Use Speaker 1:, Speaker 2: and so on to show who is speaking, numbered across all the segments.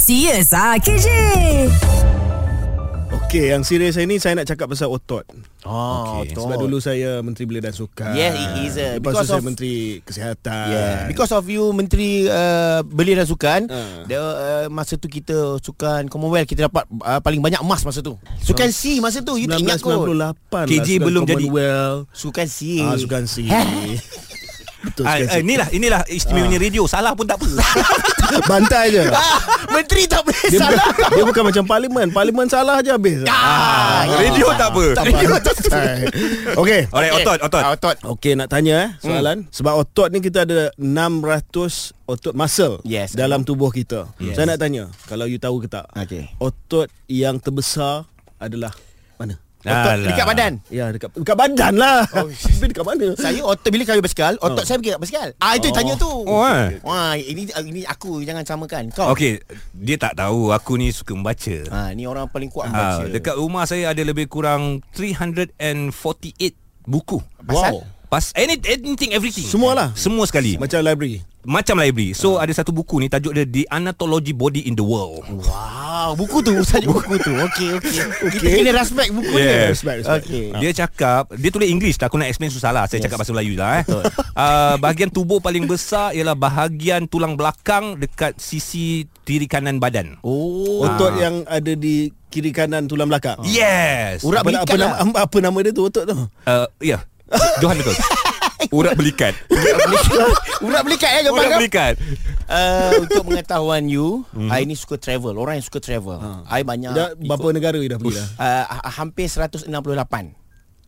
Speaker 1: Serius ah KJ
Speaker 2: Okey, yang serius saya ni saya nak cakap pasal otot.
Speaker 3: Oh,
Speaker 2: Okay, sebab dulu saya Menteri Belia dan Sukan.
Speaker 3: Yes, he is
Speaker 2: Lepas
Speaker 3: a-
Speaker 2: tu
Speaker 3: because
Speaker 2: saya
Speaker 3: of-
Speaker 2: Menteri Kesihatan.
Speaker 3: Yeah. Because of you Menteri uh, Belia dan Sukan uh.
Speaker 2: Ah.
Speaker 3: the, uh, Masa tu kita Sukan Commonwealth Kita dapat uh, Paling banyak emas masa tu Sukan C masa tu You tak ingat kot
Speaker 2: 1998
Speaker 4: KJ
Speaker 2: Sukan
Speaker 4: belum jadi.
Speaker 2: Commonwealth.
Speaker 3: Sukan C
Speaker 2: Ah, Sukan C. Betul
Speaker 4: Ah,
Speaker 2: Sukan
Speaker 4: ah,
Speaker 2: C.
Speaker 4: inilah Ah. inilah istimewanya radio. Salah pun tak apa.
Speaker 2: Bantai je.
Speaker 3: Ah, Menteri tak boleh
Speaker 2: Dia
Speaker 3: salah
Speaker 2: bukan, dia bukan macam parlimen. Parlimen salah je habis.
Speaker 3: Ah,
Speaker 4: radio ya. tak apa.
Speaker 2: Radio tak Okey.
Speaker 4: Alright, Eh, otot, otot.
Speaker 3: Ah, Otot
Speaker 2: Okey nak tanya eh soalan hmm. sebab otot ni kita ada 600 otot muscle
Speaker 3: Yes.
Speaker 2: dalam tubuh kita.
Speaker 4: Yes.
Speaker 2: Saya nak tanya kalau you tahu ke tak.
Speaker 3: Okey.
Speaker 2: Otot yang terbesar adalah mana?
Speaker 3: Otot
Speaker 4: Alah.
Speaker 3: dekat badan
Speaker 2: Ya dekat dekat badan lah. Oh, Tapi dekat mana?
Speaker 3: Saya otot bila kami basikal
Speaker 2: Oh.
Speaker 3: Otot saya pergi kat basikal Ah itu oh. tanya tu
Speaker 4: Oh, eh.
Speaker 3: Wah ini ini aku jangan samakan Kau
Speaker 4: Okey, dia tak tahu aku ni suka membaca.
Speaker 3: Ah ni orang paling kuat
Speaker 4: Ha,
Speaker 3: membaca.
Speaker 4: dekat rumah saya ada lebih kurang 348 buku.
Speaker 3: Pasal?
Speaker 4: Pas any, anything everything.
Speaker 2: Semualah.
Speaker 4: Semua sekali.
Speaker 2: Macam library.
Speaker 4: Macam library. So ada satu buku ni tajuk dia The Anatology Body in the World.
Speaker 3: Wow, buku tu saja buku tu. Okey okey. Kita kena respect buku dia.
Speaker 4: Yeah.
Speaker 2: Respect, respect.
Speaker 3: Okey.
Speaker 4: Dia cakap Dia tulis English tak, Aku nak explain susah lah Saya Ah. yes. cakap bahasa Melayu lah eh. uh, Bahagian tubuh paling besar Ialah bahagian tulang belakang Dekat sisi kiri kanan badan oh.
Speaker 3: Oh,
Speaker 2: Otot yang ada di kiri kanan tulang
Speaker 4: Ah.
Speaker 2: belakang.
Speaker 4: Yes
Speaker 3: Urat
Speaker 2: Apa, apa,
Speaker 3: belikat
Speaker 2: nama,
Speaker 3: lah.
Speaker 2: apa nama dia tu otot tu?
Speaker 4: uh, Ya yeah. Johan betul Urat belikat
Speaker 3: Urat belikat eh
Speaker 4: Urat
Speaker 3: jawapan kau.
Speaker 4: belikat
Speaker 3: Uh, untuk pengetahuan you, mm-hmm.
Speaker 4: Mhm.
Speaker 3: I ni suka travel. Orang yang suka travel.
Speaker 4: Ha.
Speaker 3: I banyak
Speaker 2: Dah berapa negara you dah pergi dah?
Speaker 3: uh, ha- hampir 168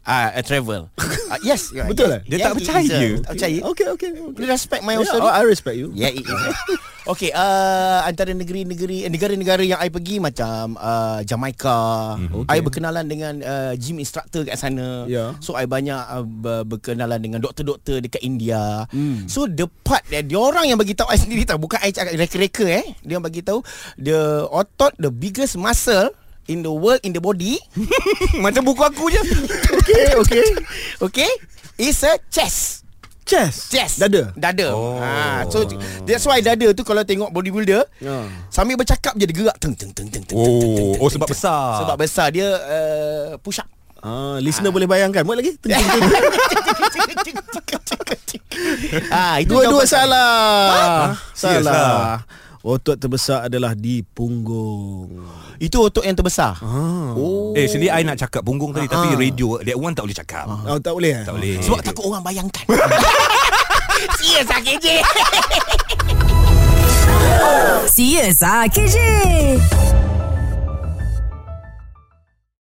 Speaker 3: uh, travel. uh, yes, you're right.
Speaker 2: Betul eh?
Speaker 4: Dia tak
Speaker 3: it
Speaker 4: percaya. Ya,
Speaker 3: is, uh, Tak percaya.
Speaker 2: Okay, okay.
Speaker 3: You
Speaker 2: okay.
Speaker 3: respect my own
Speaker 2: Yeah,
Speaker 3: story.
Speaker 2: Ya,
Speaker 4: oh,
Speaker 2: oh, I I respect you.
Speaker 3: Yeah, Ya, it is. Okey, uh, antara negeri-negeri eh, negara-negara yang I pergi macam uh, Jamaica. Mm, okay. I berkenalan dengan uh, gym instructor kat sana.
Speaker 2: Ya.
Speaker 3: So I banyak uh, ber- berkenalan dengan doktor-doktor dekat India. Mm. So the part that dia orang yang bagi tahu I sendiri tahu bukan I cakap reka-reka eh. Dia yang bagi tahu the otot the biggest muscle in the world in the body.
Speaker 4: Macam buku aku je
Speaker 2: Okay, okay.
Speaker 3: okay? Is a chest.
Speaker 2: Chest.
Speaker 3: Chest
Speaker 2: Dada.
Speaker 3: Dada oh. ha, So that's why dada tu Kalau tengok bodybuilder
Speaker 2: Ya.
Speaker 3: Sambil bercakap je dia gerak teng teng teng teng teng.
Speaker 4: Oh,
Speaker 3: teng, teng, teng,
Speaker 4: oh,
Speaker 3: teng,
Speaker 4: sebab
Speaker 3: teng.
Speaker 4: besar.
Speaker 3: Sebab besar dia uh, push up.
Speaker 2: Ah, listener boleh bayangkan. Buat lagi. Teng, teng, teng.
Speaker 3: ah itu
Speaker 2: Dua-dua
Speaker 3: jawapan.
Speaker 2: salah.
Speaker 4: Serius lah.
Speaker 2: Salah. Otot terbesar adalah di punggung.
Speaker 3: Itu otot yang terbesar.
Speaker 2: Ah.
Speaker 4: oh. Eh actually I nak cakap punggung tadi Tapi radio That one tak boleh cakap
Speaker 2: Oh, tak boleh eh?
Speaker 4: Tak boleh
Speaker 3: Sebab takut orang bayangkan. Serius ah KJ.
Speaker 1: Serius ah KJ